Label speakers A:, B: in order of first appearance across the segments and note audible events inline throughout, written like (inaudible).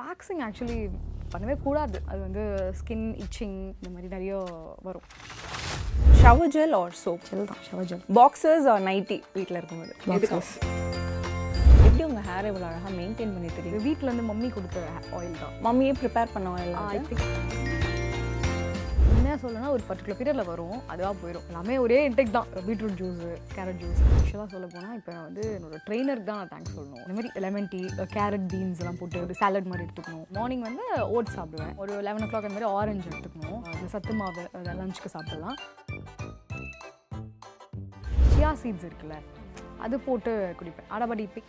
A: Waxing actually பண்ணவே கூடாது அது வந்து ஸ்கின் இச்சிங் இந்த மாதிரி நிறைய வரும்
B: shower gel or soap
A: gel தான் shower gel
B: boxers or nighty வீட்டில் இருக்கும்போது
A: Boxers.
B: எப்படி உங்கள் ஹேர் இவ்வளோ அழகாக மெயின்டைன் பண்ணிட்டு இருக்கீங்க
A: இது வீட்டிலேருந்து மம்மி கொடுத்த ஆயில் தான்
B: மம்மியே ப்ரிப்பேர் பண்ணுவாங்க
A: என்ன சொல்லணும்னா ஒரு பர்டிகுலர் பீரியடில் வரும் அதுவாக போயிடும் எல்லாமே ஒரே இன்டெக் தான் பீட்ரூட் ஜூஸு கேரட் ஜூஸ் ஆக்சுவலாக சொல்ல போனால் இப்போ நான் வந்து என்னோட ட்ரெயினருக்கு தான் நான் தேங்க்ஸ் சொல்லணும் இந்த மாதிரி லெமன் டீ கேரட் பீன்ஸ் எல்லாம் போட்டு ஒரு சாலட் மாதிரி எடுத்துக்கணும் மார்னிங் வந்து ஓட்ஸ் சாப்பிடுவேன் ஒரு லெவன் ஓ கிளாக் அந்த மாதிரி ஆரஞ்சு எடுத்துக்கணும் இந்த சத்து மாவு லஞ்சுக்கு சாப்பிடலாம் சியா சீட்ஸ் இருக்குல்ல அது போட்டு குடிப்பேன் அடபடி பி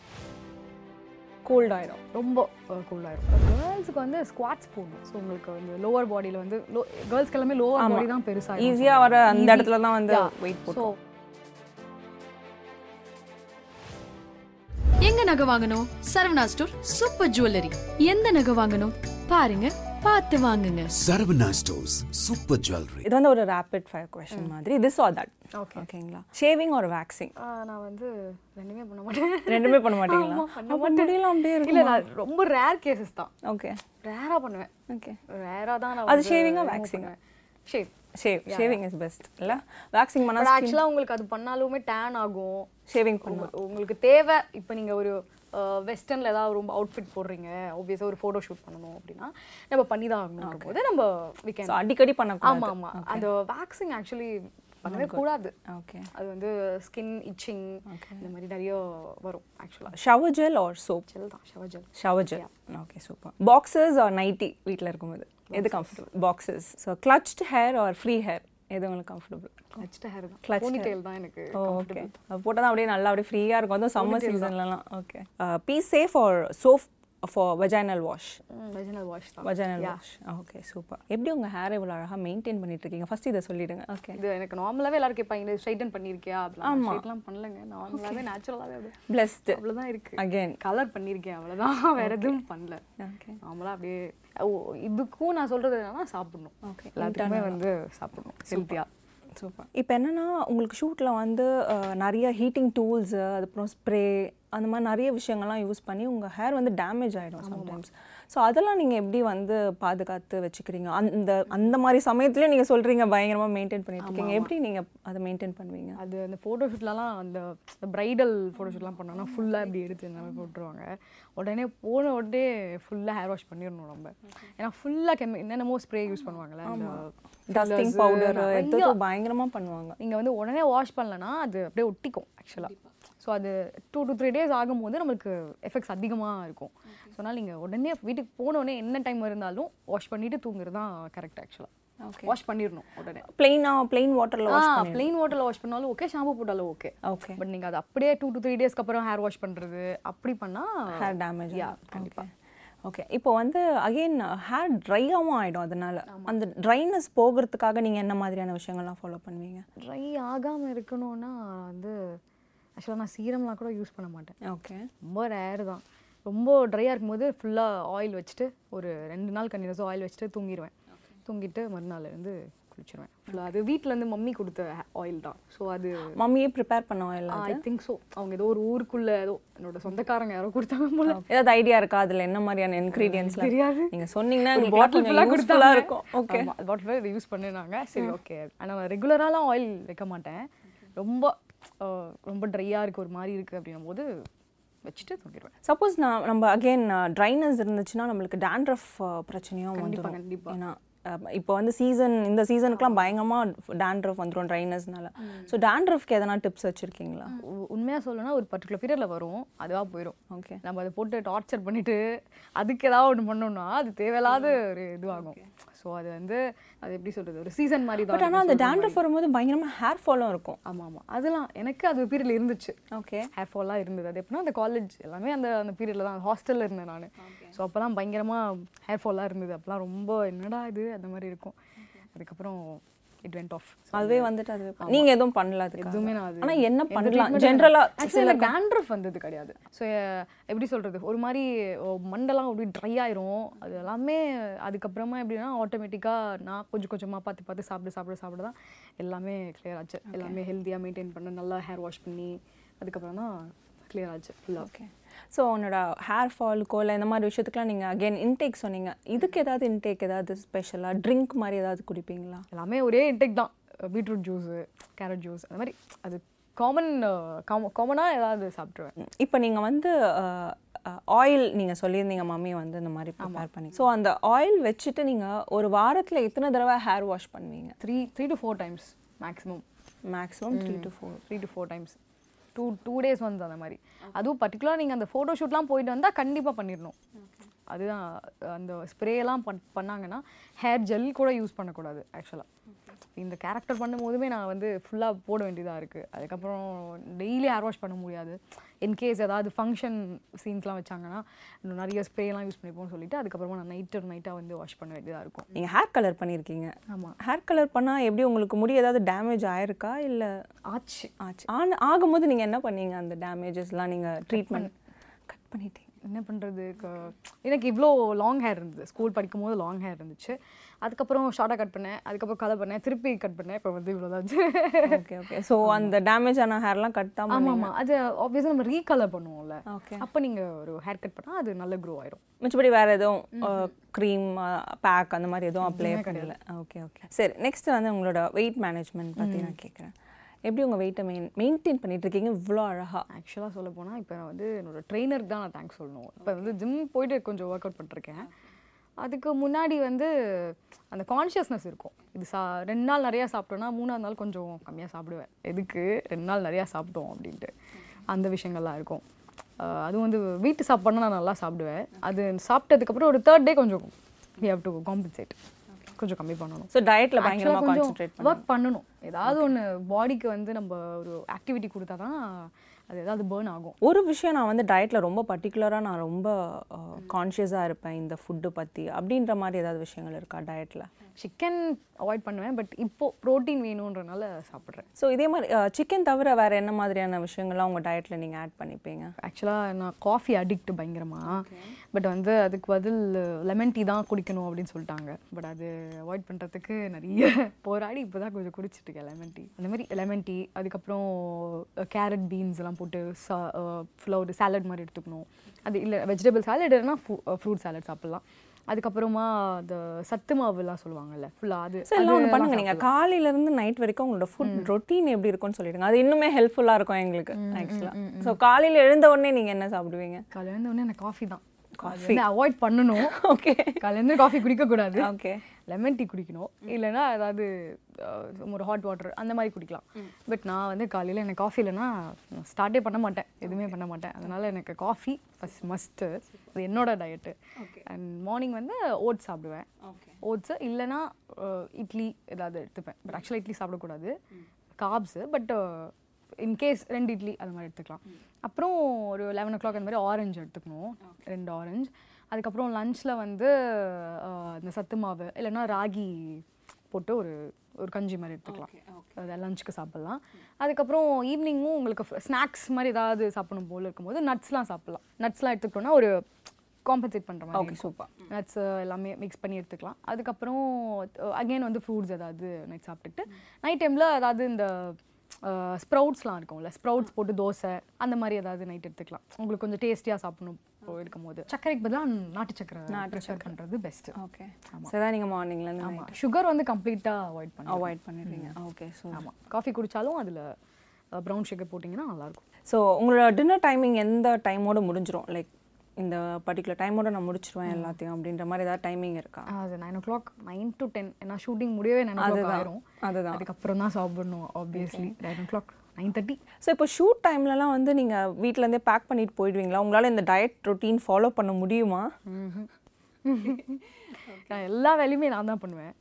B: கோல்ட் ஆயிடும்
A: ரொம்ப கூலாக இருக்கும் கேர்ள்ஸுக்கு வந்து ஸ்குவாட்ஸ் போடணும் ஸோ உங்களுக்கு வந்து லோவர் பாடியில் வந்து கேர்ள்ஸ்க்கு எல்லாமே லோவர்
B: ஆமா.
A: பாடி தான் பெருசாக
B: ஈஸியாக வர அந்த இடத்துல தான் வந்து வெயிட் போட்டு
A: ஸோ
C: எங்க நகை வாங்கணும் சரவணா ஸ்டோர் சூப்பர் ஜுவல்லரி எந்த நகை வாங்கணும் பாருங்க பார்த்து வாங்குங்க
D: Saravanan Stores, Super Jewelry.
B: இது வந்து ஒரு ரேபிட் ஃபயர் கொஷின் மாதிரி this ஆர் தட்
A: ஓகே
B: ஓகேங்களா ஷேவிங் ஒரு வேக்சிங்
A: நான் வந்து ரெண்டுமே பண்ண மாட்டேன்
B: ரெண்டுமே பண்ண மாட்டீங்களா
A: ஆமா, பண்ண
B: அப்ப
A: மாட்டேன்.
B: முடியலாம் அப்படியே
A: இல்லை
B: இருக்குமா
A: நான் ரொம்ப ரேர் கேசஸ் தான்
B: ஓகே
A: ரேராக பண்ணுவேன்
B: ஓகே
A: ரேராக தான் நான்
B: அது
A: வந்து
B: shaving ஆ,
A: remove
B: waxing ஆ?
A: பண்ணுவேன். Shave.
B: Shave shaving is best இல்ல வேக்சிங்
A: But
B: பண்ணா
A: actually உங்களுக்கு அது பண்ணாலுமே டேன் ஆகும்
B: ஷேவிங் பண்ணுவோம்
A: உங்க- உங்களுக்கு தேவை இப்போ நீங்கள் ஒரு வெஸ்டர்னில் ஏதாவது ரொம்ப அவுட்ஃபிட் போடுறீங்க obviously ஒரு ஃபோட்டோ ஷூட் பண்ணணும் அப்படின்னா நம்ம பண்ணி தான் ஆகணும் போது நம்ம we can
B: ஸோ அடிக்கடி
A: ஆமா
B: பண்ணக்கூடாது
A: ஆமா அந்த வேக்சிங் ஆக்சுவலி பண்ணவே கூடாது
B: ஓகே
A: அது வந்து ஸ்கின் இச்சிங் இந்த மாதிரி நிறைய வரும் ஆக்சுவலாக
B: shower gel or soap
A: gel தான் shower gel
B: shower gel okay super boxers or nighty வீட்டில் இருக்கும்போது எது comfortable boxers so clutched hair or free hair எது உங்களுக்கு கம்ஃபர்டபுள்
A: கிளச்ட் ஹேர் தான்
B: Clutched Oh,
A: போனி டெயில் தான் எனக்கு
B: ஓ ஓகே போட்டால் தான் அப்படியே நல்லா அப்படியே ஃப்ரீயாக இருக்கும் அதுவும் சம்மர் சீசன்லலாம் okay be safe or soap for vaginal wash
A: vaginal wash தான்
B: vaginal
A: Yeah.
B: Wash okay super Ah, எப்படி உங்கள் ஹேர் இவ்வளோ அழகாக மெயின்டைன் பண்ணிட்டு இருக்கீங்க ஃபர்ஸ்ட் இதை சொல்லிடுங்க ஓகே
A: இது எனக்கு நார்மலாவே எல்லாரும் கேட்பாங்க ஸ்ட்ரைட்டன் பண்ணியிருக்கியா அப்படிலாம்
B: ஆமா.
A: ஸ்ட்ரைட்லாம் பண்ணலங்க நார்மலாகவே நேச்சுரலாகவே அது
B: பிளஸ்டு
A: அவ்வளோதான் இருக்கு
B: அகெயின்
A: கலர் பண்ணியிருக்கேன் அவ்வளோதான் (laughs) வேற எதுவும் பண்ணல
B: ஓகே
A: நார்மலாக அப்படியே ஓ இதுக்கும் நான் சொல்றது என்னன்னா சாப்பிடணும்
B: ஓகே
A: எல்லாத்துக்குமே வந்து சாப்பிடணும் ஹெல்த்தியாக
B: சூப்பர் இப்போ என்னென்னா உங்களுக்கு ஷூட்டில் வந்து அஹ், நிறைய ஹீட்டிங் டூல்ஸு அதுக்கப்புறம் ஸ்ப்ரே அந்த மாதிரி நிறைய விஷயங்கள்லாம் யூஸ் பண்ணி உங்கள் ஹேர் வந்து டேமேஜ் ஆகிடும் சம்டைம்ஸ் ஸோ அதெல்லாம் நீங்கள் எப்படி வந்து பாதுகாத்து வச்சுக்கிறீங்க அந்த அந்த மாதிரி சமயத்துலேயும் நீங்கள் சொல்கிறீங்க பயங்கரமாக மெயின்டைன் பண்ணிட்டு இருக்கீங்க எப்படி நீங்கள் அதை மெயின்டைன் பண்ணுவீங்க
A: அது அந்த ஃபோட்டோஷூட்லலாம் அந்த பிரைடல் ஃபோட்டோஷூட்லாம் பண்ணோம்னா ஃபுல்லாக இப்படி எடுத்து இந்த மாதிரி போட்டுருவாங்க உடனே போன உடனே ஃபுல்லாக ஹேர் வாஷ் பண்ணிடணும் நம்ம ஏன்னா ஃபுல்லாக கெமி என்னென்னமோ ஸ்ப்ரே யூஸ் பண்ணுவாங்கல்ல அந்த
B: டஸ்டிங்
A: fillers,
B: பவுடர்
A: நிறைய
B: எதுவும் பயங்கரமாக பண்ணுவாங்க
A: நீங்கள் வந்து உடனே வாஷ் பண்ணலனா அது அப்படியே ஒட்டிக்கும் ஆக்சுவலாக ஸோ அது டூ to த்ரீ டேஸ் ஆகும்போது நம்மளுக்கு எஃபெக்ட்ஸ் அதிகமாக இருக்கும் ஸோ அதனால் நீங்கள் உடனே வீட்டுக்கு போன உடனே என்ன டைம் இருந்தாலும் வாஷ் பண்ணிவிட்டு தூங்குறது தான் கரெக்ட் ஆக்சுவலாக
B: Okay.
A: வாஷ் பண்ணிடணும் உடனே
B: பிளெயினாக பிளெயின் வாட்டரில் வாஷ் பண்ணி
A: ப்ளெயின் வாட்டரில் வாஷ் பண்ணாலும் ஓகே ஷாம்பு போட்டாலும் ஓகே
B: ஓகே
A: பட் நீங்கள் அது அப்படியே டூ to த்ரீ டேஸ்க்கு அப்புறம் ஹேர் வாஷ் பண்ணுறது அப்படி பண்ணால்
B: ஹேர் டேமேஜ்
A: Yeah, கண்டிப்பா.
B: ஓகே இப்போ வந்து அகைன் ஹேர் ட்ரையாகவும் ஆகிடும் அதனால அந்த ட்ரைனஸ் போகிறதுக்காக நீங்கள் என்ன மாதிரியான விஷயங்கள்லாம் ஃபாலோ பண்ணுவீங்க
A: ட்ரை ஆகாமல் இருக்கணும்னா நான் வந்து ஆக்சுவலாக நான் சீரம்லாம் கூட யூஸ் பண்ண மாட்டேன்
B: ஓகே
A: ரொம்ப ரேர் தான் ரொம்ப ட்ரையாக இருக்கும்போது ஃபுல்லாக ஆயில் வச்சுட்டு ஒரு ரெண்டு நாள் கண்டினியூஸாக ஆயில் வச்சுட்டு தூங்கிடுவேன் தூங்கிட்டு மறுநாள் வந்து குளிச்சிருவேன் ஃபுல்லாக அது வீட்டிலேருந்து மம்மி கொடுத்த ஆயில் தான் ஸோ அது
B: மம்மியே ப்ரிப்பேர் பண்ணுவோம் எல்லாம்
A: ஐ திங்க் ஸோ அவங்க ஏதோ ஒரு ஊருக்குள்ளே ஏதோ என்னோட சொந்தக்காரங்க யாரோ கொடுத்தாங்க போல
B: ஏதாவது ஐடியா இருக்கா அதில் என்ன மாதிரியான இன்க்ரீடியன்ஸ்லாம்
A: தெரியாது.
B: நீங்கள் சொன்னீங்கன்னா எங்களுக்கு
A: பாட்டில் ஃபுல்லாக கொடுத்தாங்க
B: யூஸ்ஃபுல்லாக இருக்கும் ஓகே
A: பாட்டில் இதை யூஸ் பண்ணினாங்க சரி ஓகே ஆனால் நான் ரெகுலராலாம் ஆயில் வைக்க மாட்டேன் ரொம்ப அஹ், ரொம்ப ட்ரையாக இருக்குது ஒரு மாதிரி இருக்குது அப்படின்னும் போது வச்சுட்டு தூங்கிடுவேன்
B: சப்போஸ் நான் நம்ம அகைன் ட்ரைனஸ் இருந்துச்சுன்னா நம்மளுக்கு டேண்ட்ரஃப் பிரச்சனையும் வந்துடும்
A: கண்டிப்பா.
B: ஏன்னா இப்போ வந்து சீசன் இந்த சீசனுக்குலாம் பயங்கரமாக டேண்ட்ரஃப் வந்துடும் ட்ரைனஸ்னால ஸோ டேண்ட்ரஃப்க்கு எதனா டிப்ஸ் வச்சுருக்கீங்களா
A: உண்மையாக சொல்லணும்னா ஒரு பர்டிகுலர் பீரியடில் வரும் அதுவாக போயிடும்
B: ஓகே
A: நம்ம அதை போட்டு டார்ச்சர் பண்ணிட்டு அதுக்கு ஏதாவது ஒன்று பண்ணோம்னா அது தேவையில்லாத ஒரு இதுவாகும் ஸோ அது வந்து அது எப்படி சொல்றது ஒரு சீசன் மாதிரி
B: பட்
A: தான்
B: ஆனால் அந்த டேண்ட்ரஃப் வரும்போது பயங்கரமாக ஹேர் ஃபாலும் இருக்கும்
A: ஆமாம் ஆமாம் அதெல்லாம் எனக்கு அது பீரியடில் இருந்துச்சு
B: ஓகே
A: ஹேர் ஃபாலாக இருந்தது அது எப்படின்னா அந்த காலேஜ் எல்லாமே அந்த அந்த பீரியடில் தான் ஹாஸ்டலில் இருந்தேன் நான் ஸோ அப்போல்லாம் பயங்கரமாக ஹேர் ஃபாலாக இருந்தது அப்போல்லாம் ரொம்ப என்னடா இது அந்த மாதிரி இருக்கும் அதுக்கப்புறம் இட் வெண்ட் ஆஃப்
B: அதுவே வந்துட்டு அதுவே பண்ணு. நீங்க எதுவும் பண்ணல அதுக்கு
A: எதுவுமே நான் அது
B: ஆனா என்ன
A: எந்த
B: பண்ணலாம்
A: treatment-
B: ஜென்ரலா
A: actually எனக்கு dandruff வந்தது கிடையாது ஸோ எப்படி சொல்றது ஒரு மாதிரி ஓ, மண்டெல்லாம் அப்படி ட்ரை ஆயிரும் அது எல்லாமே அதுக்கப்புறமா எப்படின்னா ஆட்டோமேட்டிக்கா நான் கொஞ்சம் கொஞ்சமா பார்த்து பார்த்து சாப்பிட சாப்பிட சாப்பிட தான் எல்லாமே கிளியர் ஆச்சு எல்லாமே ஹெல்த்தியா மெயின்டைன் பண்ண நல்லா ஹேர் வாஷ் பண்ணி அதுக்கப்புறம் தான் கிளியர் ஆச்சு ஃபுல்லாக
B: ஓகே ஸோ உன்னோட ஹேர் ஃபாலுக்கோ இல்லை இந்த மாதிரி விஷயத்துக்குலாம் நீங்கள் அகைன் இன்டேக் சொன்னீங்க இதுக்கு ஏதாவது இன்டேக் ஏதாவது ஸ்பெஷலாக ட்ரிங்க் மாதிரி ஏதாவது குடிப்பீங்களா
A: எல்லாமே ஒரே இன்டெக் தான் பீட்ரூட் ஜூஸு கேரட் ஜூஸ் அந்த மாதிரி அது காமன் காமனாக ஏதாவது சாப்பிட்ருவேன்
B: இப்போ நீங்கள் வந்து ஆயில் நீங்கள் சொல்லியிருந்தீங்க மம்மி வந்து இந்த மாதிரி ப்ரிப்பேர் பண்ணி ஸோ அந்த ஆயில் வச்சுட்டு நீங்கள் ஒரு வாரத்தில் எத்தனை தடவை ஹேர் வாஷ் பண்ணுவீங்க
A: three three to four times maximum
B: maximum three to four
A: three to four times two two days வந்து அந்த மாதிரி அதுவும் பர்டிகுலராக நீங்கள் அந்த ஃபோட்டோ ஷூட்லாம் போயிட்டு வந்தால் கண்டிப்பாக பண்ணிடணும் அதுதான் அந்த ஸ்ப்ரேலாம் பண் பண்ணாங்கன்னா ஹேர் ஜெல் கூட யூஸ் பண்ணக்கூடாது ஆக்சுவலாக இந்த கேரக்டர் பண்ணும்போதுமே நான் வந்து ஃபுல்லாக போட வேண்டியதாக இருக்குது அதுக்கப்புறம் டெய்லி ஹேர் வாஷ் பண்ண முடியாது இன்கேஸ் ஏதாவது ஃபங்க்ஷன் சீன்ஸ்லாம் வச்சாங்கன்னா இன்னும் நிறைய ஸ்ப்ரேலாம் யூஸ் பண்ணிப்போம்னு சொல்லிட்டு அதுக்கப்புறமா நான் நைட்டு நைட்டாக வந்து வாஷ் பண்ண வேண்டியதாக இருக்கும்
B: நீங்கள் ஹேர் கலர் பண்ணியிருக்கீங்க
A: ஆமாம்
B: ஹேர் கலர் பண்ணால் எப்படி உங்களுக்கு முடி ஏதாவது டேமேஜ் ஆயிருக்கா இல்லை
A: ஆச்சு
B: ஆச்சு ஆன் ஆகும்போது நீங்கள் என்ன பண்ணீங்க அந்த டேமேஜஸ்லாம் நீங்கள் ட்ரீட்மெண்ட் கட் பண்ணிட்டீங்க
A: என்ன பண்ணுறது எனக்கு இவ்வளோ லாங் ஹேர் இருந்தது ஸ்கூல் படிக்கும் போது லாங் ஹேர் இருந்துச்சு அதுக்கப்புறம் ஷார்ட்டாக கட் பண்ணேன் அதுக்கப்புறம் கலர் பண்ணேன் திருப்பி கட் பண்ணேன் இப்போ வந்து இவ்வளோதாச்சு
B: ஓகே ஓகே ஸோ அந்த டேமேஜ் ஆன ஹேர்லாம் கட் தான்
A: ஆமாம் ஆமாம் அது ஆப்வியஸாக நம்ம ரீகலர் பண்ணுவோம்ல
B: ஓகே
A: அப்போ நீங்கள் ஒரு ஹேர் கட் பண்ணால் அது நல்ல க்ரோ ஆயிரும்
B: மிச்சபடி வேற எதுவும் க்ரீம் பேக் அந்த மாதிரி எதுவும் அப்ளை பண்ணல ஓகே ஓகே சரி நெக்ஸ்ட் வந்து உங்களோட வெயிட் மேனேஜ்மெண்ட் பற்றி நான் கேட்குறேன் எப்படி உங்கள் வெயிட்டை மெயின் மெயின்டைன் பண்ணிட்டு இருக்கீங்க இவ்வளோ அழகா
A: ஆக்சுவலாக சொல்ல போனால் இப்போ நான் வந்து என்னோட ட்ரெயினருக்கு தான் நான் தேங்க்ஸ் சொல்லணும் இப்போ வந்து ஜிம் போயிட்டு கொஞ்சம் ஒர்க் அவுட் பண்ணிருக்கேன் அதுக்கு முன்னாடி வந்து அந்த கான்ஷியஸ்னஸ் இருக்கும் இது சா ரெண்டு நாள் நிறையா சாப்பிட்டோன்னா மூணாவது நாள் கொஞ்சம் கம்மியாக சாப்பிடுவேன் எதுக்கு ரெண்டு நாள் நிறையா சாப்பிட்டோம் அப்படின்ட்டு அந்த விஷயங்கள்லாம் இருக்கும் அஹ் அதுவும் வந்து வீட்டு சாப்பாடுனா நான் நல்லா சாப்பிடுவேன் அது சாப்பிட்டதுக்கப்புறம் ஒரு தேர்ட் டே கொஞ்சம் we have டு காம்பன்சேட் கொஞ்சம் கம்மி பண்ணணும்
B: ஸோ டயட்டில்
A: Actually-ஆ
B: பயங்கரமாக
A: கொஞ்சம்
B: கான்சென்ட்ரேட்
A: ஒர்க் பண்ணணும் ஏதாவது ஒன்று பாடிக்கு வந்து நம்ம ஒரு ஆக்டிவிட்டி கொடுத்தா தான் அது ஏதாவது பேர்ன் ஆகும்
B: ஒரு விஷயம் நான் வந்து டயட்டில் ரொம்ப பர்டிகுலராக நான் ரொம்ப கான்ஷியஸாக இருப்பேன் இந்த ஃபுட்டு பற்றி அப்படின்ற மாதிரி ஏதாவது விஷயங்கள் இருக்கா டயட்டில்
A: சிக்கன் அவாய்ட் பண்ணுவேன் பட் இப்போ புரோட்டீன் வேணுன்றனால சாப்பிட்றேன்
B: ஸோ இதே மாதிரி சிக்கன் தவிர வேறு என்ன மாதிரியான விஷயங்கள்லாம் உங்கள் டயட்டில் நீங்கள் ஆட் பண்ணிப்பீங்க
A: ஆக்சுவலாக நான் காஃபி அடிக்ட் பயங்கரமாக பட் வந்து அதுக்கு பதில் லெமன் டீ தான் குடிக்கணும் அப்படின்னு சொல்லிட்டாங்க பட் அது அவாய்ட் பண்ணுறதுக்கு நிறைய போராடி இப்போ தான் கொஞ்சம் குடிச்சிட்டு இருக்கேன் லெமன் டீ அந்த மாதிரி லெமன் டீ அதுக்கப்புறம் கேரட் பீன்ஸ் எல்லாம் போட்டு சா ஃபுல்லாக ஒரு சாலட் மாதிரி எடுத்துக்கணும் அது இல்லை வெஜிடபிள் சாலட் இல்லைன்னா ஃப்ரூட் சாலட் சாப்பிட்லாம் அதுக்கப்புறமா இந்த சத்து மாவுலாம் சொல்லுவாங்கல்ல ஃபுல்லாக அது
B: ஸோ எல்லாம் ஒன்று
A: அதெல்லாம்
B: பண்ணுங்க நீங்கள் காலையிலேருந்து நைட் வரைக்கும் உங்களோட ஃபுட் ரொட்டீன் எப்படி இருக்கும்னு சொல்லிடுங்க அது இன்னுமே ஹெல்ப்ஃபுல்லாக இருக்கும் எங்களுக்கு ஆக்சுவலாக ஸோ காலையில் எழுந்த உடனே நீங்கள் என்ன சாப்பிடுவீங்க
A: காலையிலேருந்து உடனே எனக்கு காஃபி தான்
B: Coffee.
A: காஃபி அவாய்ட் பண்ணணும்
B: ஓகே
A: காலையிலேருந்து காஃபி குடிக்கக்கூடாது
B: ஓகே
A: லெமன் டீ குடிக்கணும் இல்லைன்னா ஏதாவது அஹ், ஒரு ஹாட் வாட்டர் அந்த மாதிரி குடிக்கலாம் பட் நான் வந்து காலையில் எனக்கு காஃபி இல்லைன்னா ஸ்டார்ட்டே பண்ண மாட்டேன் எதுவுமே பண்ண மாட்டேன் அதனால் எனக்கு காஃபி ஃபஸ்ட் மஸ்ட்டு அது என்னோட டயட்டு அண்ட் மார்னிங் வந்து ஓட்ஸ் சாப்பிடுவேன் ஓட்ஸு இல்லைன்னா அஹ், இட்லி ஏதாவது எடுத்துப்பேன் பட் ஆக்சுவலாக இட்லி சாப்பிடக்கூடாது காப்ஸு பட் இன்கேஸ் ரெண்டு இட்லி அது மாதிரி எடுத்துக்கலாம் அப்புறம் ஒரு லெவன் ஓ கிளாக் அந்த மாதிரி ஆரஞ்சு எடுத்துக்கணும் ரெண்டு ஆரஞ்சு அதுக்கப்புறம் லஞ்சில் வந்து அஹ், இந்த சத்து மாவு இல்லைன்னா ராகி போட்டு ஒரு ஒரு கஞ்சி மாதிரி எடுத்துக்கலாம் அது லஞ்சுக்கு சாப்பிட்லாம் அதுக்கப்புறம் ஈவினிங்கும் உங்களுக்கு ஸ்நாக்ஸ் மாதிரி ஏதாவது சாப்பிடணும் போல் இருக்கும்போது நட்ஸ்லாம் சாப்பிட்லாம் நட்ஸ்லாம் எடுத்துக்கிட்டோம்னா ஒரு காம்பன்சேட் பண்ணுற மாதிரி
B: ஓகே சூப்பர்
A: நட்ஸ் எல்லாமே மிக்ஸ் பண்ணி எடுத்துக்கலாம் அதுக்கப்புறம் அகைன் வந்து ஃப்ரூட்ஸ் ஏதாவது நைட் சாப்பிட்டுட்டு நைட் டைமில் அதாவது இந்த ஸ்ப்ரவுட்ஸ்லாம் இருக்கும்ல ஸ்ப்ரவுட்ஸ் போட்டு தோசை அந்த மாதிரி ஏதாவது நைட் எடுத்துக்கலாம் உங்களுக்கு கொஞ்சம் டேஸ்டியாக சாப்பிடணும் இப்போ இருக்கும்போது சர்க்கரைக்கு பதிலாக நாட்டு சக்கரை ப்ரிஃபர் பண்ணுறது பெஸ்ட்டு
B: ஓகே சரிதான் நீங்கள் மார்னிங்லேருந்து
A: ஆமாம் சுகர் வந்து கம்ப்ளீட்டாக அவாய்ட் பண்ணுவோம்
B: அவாய்ட் பண்ணிடுவீங்க ஓகே ஸோ
A: ஆமாம் காஃபி குடித்தாலும் அதில் ப்ரௌன் சுகர் போட்டிங்கன்னா நல்லாயிருக்கும்
B: ஸோ உங்களோட டின்னர் டைமிங் எந்த டைமோட முடிஞ்சிரும் லைக் இந்த பர்டிகுலர் டைமோட நான் முடிச்சிருவேன் எல்லாத்தையும் அப்படின்ற மாதிரி ஏதாவது டைமிங் இருக்கா
A: அது nine o'clock nine to ten ஏன்னா ஷூட்டிங் முடியவே நைன் ஓ கிளாக் ஆயிரும்
B: அதுதான்
A: அதுக்கப்புறம் தான் சாப்பிடணும் obviously nine o'clock nine thirty
B: so இப்போ ஷூட் டைம்லலாம் வந்து நீங்கள் வீட்டிலேருந்தே பேக் பண்ணிட்டு போயிடுவீங்களா உங்களால் இந்த டயட் ரொட்டீன் ஃபாலோ பண்ண முடியுமா
A: நான் எல்லா வேலையுமே நான் தான் பண்ணுவேன்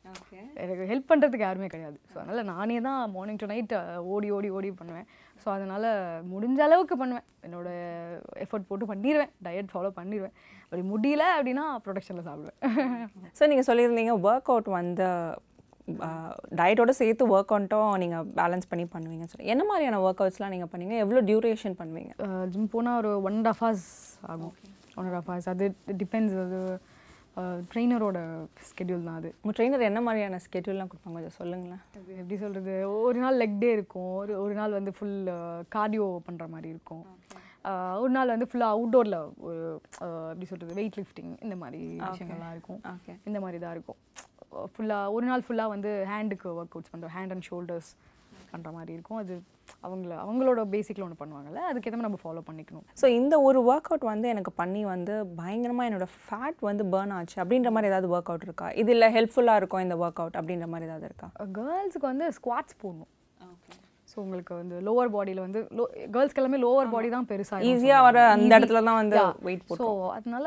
A: எனக்கு ஹெல்ப் பண்ணுறதுக்கு யாருமே கிடையாது ஸோ அதனால் நானே தான் மார்னிங் டு நைட் ஓடி ஓடி ஓடி பண்ணுவேன் ஸோ அதனால் முடிஞ்ச அளவுக்கு பண்ணுவேன் என்னோட எஃபர்ட் போட்டு பண்ணிடுவேன் டயட் ஃபாலோ பண்ணிடுவேன் அப்படி முடியல அப்படின்னா ப்ரொடக்ஷனில் சாப்பிடுவேன் (laughs)
B: ஸோ நீங்கள் சொல்லியிருந்தீங்க ஒர்க் அவுட் வந்து டயட்டோட சேர்த்து ஒர்க் அவுட்டும் நீங்கள் பேலன்ஸ் பண்ணி பண்ணுவீங்க சொல்லி என்ன மாதிரியான ஒர்க் அவுட்ஸ்லாம் நீங்கள் பண்ணுவீங்க எவ்வளோ டியூரேஷன் பண்ணுவீங்க
A: ஜிம் போனால் ஒரு ஒன் அண்ட் ஹாஃப் ஹவர்ஸ் ஆகும் ஒன் அண்ட் ஹாஃப் ஹவர்ஸ் அது டிபெண்ட்ஸ் அது ட்ரெயினரோட ஸ்கெடியூல் தான் அது
B: உங்கள் ட்ரெயினர் என்ன மாதிரியான ஸ்கெட்யூல்லாம் கொடுப்பாங்க கொஞ்சம் சொல்லுங்களேன்
A: அது எப்படி சொல்கிறது ஒரு நாள் லெக் டே இருக்கும் ஒரு ஒரு நாள் வந்து ஃபுல் கார்டியோ பண்ணுற மாதிரி இருக்கும் ஆஹ் ஒரு நாள் வந்து ஃபுல்லாக அவுட்டோரில் ஒரு ஆஹ் எப்படி சொல்கிறது வெயிட் லிஃப்டிங் இந்த மாதிரி விஷயங்கள்லாம் இருக்கும்
B: Okay.
A: இந்த மாதிரி தான் இருக்கும் ஃபுல்லாக ஒரு நாள் ஃபுல்லாக வந்து ஹேண்டுக்கு ஒர்க் அவுட்ஸ் பண்ணுறோம் ஹேண்ட் அண்ட் ஷோல்டர்ஸ் பண்ணுற மாதிரி இருக்கும் அது அவங்கள அவங்களோட பேசிக்கில் ஒன்று பண்ணுவாங்கல்ல அதுக்கேற்ற மாதிரி நம்ம ஃபாலோ பண்ணிக்கணும்
B: ஸோ இந்த ஒரு ஒர்க் அவுட் வந்து எனக்கு பண்ணி வந்து பயங்கரமாக என்னோட ஃபேட் வந்து பேர்ன் ஆச்சு அப்படின்ற மாதிரி ஏதாவது ஒர்க் அவுட் இருக்கா இது இல்லை ஹெல்ப்ஃபுல்லாக இருக்கும் இந்த ஒர்க் அவுட் அப்படின்ற மாதிரி ஏதாவது இருக்கா
A: கேர்ள்ஸுக்கு வந்து ஸ்குவாட்ஸ் போடணும் ஸோ உங்களுக்கு வந்து லோவர் பாடியில் வந்து லோ கேர்ள்ஸ்க்கு எல்லாமே லோவர் பாடி தான் பெருசாக
B: Easy-ஆ வர அந்த இடத்துல தான் வந்து weight
A: ஸோ அதனால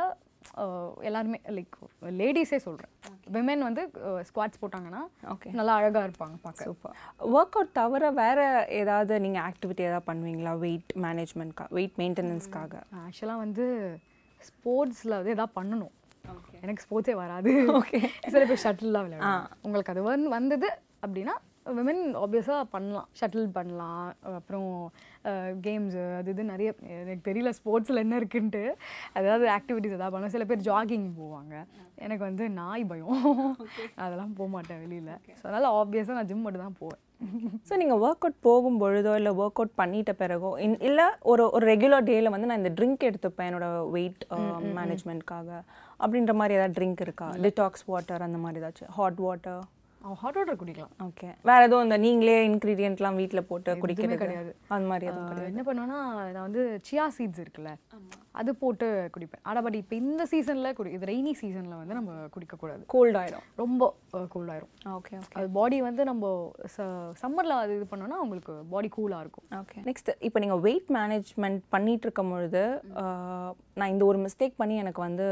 A: அஹ், எல்லாருமே லைக் லேடிஸே சொல்கிறேன் விமென் வந்து ஸ்குவாட்ஸ் போட்டாங்கன்னா
B: Okay.
A: நல்லா அழகாக இருப்பாங்க பார்க்க
B: சூப்பர் ஒர்க் அவுட் தவிர வேற ஏதாவது நீங்கள் ஆக்டிவிட்டி ஏதாவது பண்ணுவீங்களா வெயிட் மேனேஜ்மெண்ட்க்கா வெயிட் மெயின்டெனன்ஸ்க்காக
A: ஆக்சுவலாக வந்து ஸ்போர்ட்ஸில் வந்து எதாவது பண்ணணும் எனக்கு ஸ்போர்ட்ஸே வராது ஓகே சில பேர் ஷட்டில்லாம் விளையாடுவாங்க உங்களுக்கு அது வந்து வந்தது அப்படின்னா விமன் ஆப்வியஸாக பண்ணலாம் ஷட்டில் பண்ணலாம் அப்புறம் கேம்ஸு அது இது நிறைய எனக்கு தெரியல ஸ்போர்ட்ஸில் என்ன இருக்குன்ட்டு அதாவது ஆக்டிவிட்டிஸ் எதாவது பண்ணலாம் சில பேர் ஜாகிங் போவாங்க எனக்கு வந்து நாய் பயம் அதெல்லாம் போக மாட்டேன் வெளியில் ஸோ அதனால் ஆப்வியஸாக நான் ஜிம் மட்டும் தான் போவேன் (laughs)
B: ஸோ நீங்கள் ஒர்க் அவுட் போகும் பொழுதோ இல்லை ஒர்க் அவுட் பண்ணிட்ட பிறகோ இன் இல்லை ஒரு ஒரு ரெகுலர் டேயில் வந்து நான் இந்த ட்ரிங்க் எடுத்துப்பேன் என்னோட வெயிட் மேனேஜ்மெண்ட்க்காக அப்படின்ற மாதிரி ஏதாவது ட்ரிங்க் இருக்கா டிடாக்ஸ் வாட்டர் அந்த மாதிரி ஏதாச்சும் ஹாட் வாட்டர்
A: அவன் ஹாட் வாட்டர் குடிக்கலாம்
B: ஓகே வேற எதுவும் இந்த நீங்களே இன்க்ரீடியன்ட்லாம் வீட்டில் போட்டு குடிக்கிறது
A: கிடையாது.
B: அந்த மாதிரி எதுவும்
A: ஆஹ் என்ன பண்ணுவேன்னா நான் வந்து சியா சீட்ஸ் இருக்குல்ல அது போட்டு குடிப்பேன் ஆனா பட் இப்போ இந்த சீசனில் குடி இது ரெய்னி சீசனில் வந்து நம்ம குடிக்கக்கூடாது
B: கோல்ட் ஆயிடும்
A: ரொம்ப கூலாயிரும்
B: ஓகே ஓகே
A: அது பாடி வந்து நம்ம சம்மரில் அது இது பண்ணோம்னா உங்களுக்கு பாடி கூலாக இருக்கும்
B: ஓகே நெக்ஸ்ட் இப்போ நீங்கள் வெயிட் மேனேஜ்மெண்ட் பண்ணிட்டு இருக்கும் பொழுது ஆஹ், நான் இந்த ஒரு மிஸ்டேக் பண்ணி எனக்கு வந்து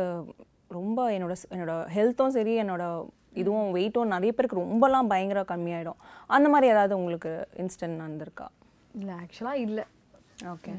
B: ரொம்ப என்னோட ஸ்- என்னோட ஹெல்த்தும் சரி என்னோட இதுவும் வெயிட்டும் நிறைய பேருக்கு ரொம்பலாம் பயங்கர கம்மியாயிடும் அந்த மாதிரி ஏதாவது உங்களுக்கு இன்ஸ்டன்ட் நடந்திருக்கா
A: இல்லை ஆக்சுவலாக இல்லை
B: ஓகே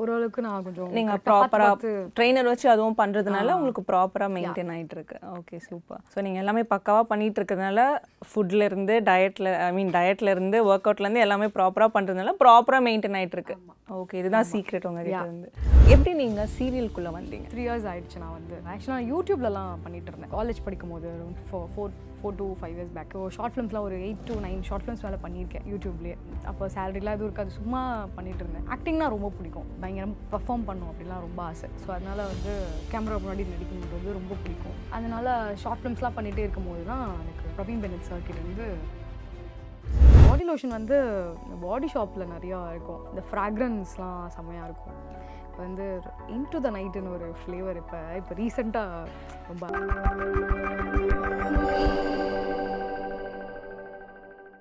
A: ஓரளவுக்கு நான் கொஞ்சம்
B: நீங்கள்
A: correct ஆ பார்த்து
B: ப்ராப்பராக ட்ரெயினர் வச்சு அதுவும் பண்ணுறதுனால உங்களுக்கு ப்ராப்பராக மெயின்டைன் ஆயிட்டு இருக்கு ஓகே சூப்பர் ஸோ நீங்கள் எல்லாமே பக்காவாக பண்ணிட்டு இருக்கறதுனால ஃபுட்ல இருந்து டயட்ல ஐ மீன் டயட்ல இருந்து ஒர்க் அவுட்லேருந்து எல்லாமே ப்ராப்பராக பண்ணுறதுனால ப்ராப்பராக மெயின்டைன் ஆயிட்டு இருக்கு ஓகே இதுதான் சீக்ரெட் உங்கள் கிட்ட இருந்து எப்படி நீங்கள் சீரியலுக்குள்ளே வந்தீங்க
A: த்ரீ இயர்ஸ் ஆயிடுச்சு நான் வந்து ஆக்சுவலாக நான் யூடியூப்லலாம் பண்ணிட்டு இருந்தேன் காலேஜ் படிக்கும் போது four four four to five years back short ஃபிலிம்ஸ்லாம் ஒரு eight to nine short films வேலை பண்ணியிருக்கேன் யூடியூப்லேயே அப்போ சேலரிலாம் எதுவும் இருக்காது சும்மா பண்ணிட்டு இருந்தேன் ஆக்டிங்னா ரொம்ப பிடிக்கும் பயங்கரம் பர்ஃபார்ம் பண்ணும் அப்படிலாம் ரொம்ப ஆசை ஸோ அதனால வந்து கேமரா முன்னாடி நடிக்கணுன்றது வந்து ரொம்ப பிடிக்கும் அதனால ஷார்ட் ஃபிலிம்ஸ்லாம் பண்ணிகிட்டே இருக்கும்போது தான் எனக்கு பிரவீன் பெனட் சர்க்கிட் வந்து பாடி லோஷன் வந்து பாடி ஷாப்பில் நிறையா இருக்கும் இந்த ஃப்ராக்ரன்ஸ்லாம் செம்மையாக இருக்கும் இப்போ வந்து இன்டு த நைட்டுன்னு ஒரு ஃப்ளேவர் இப்போ இப்போ ரீசெண்டாக ரொம்ப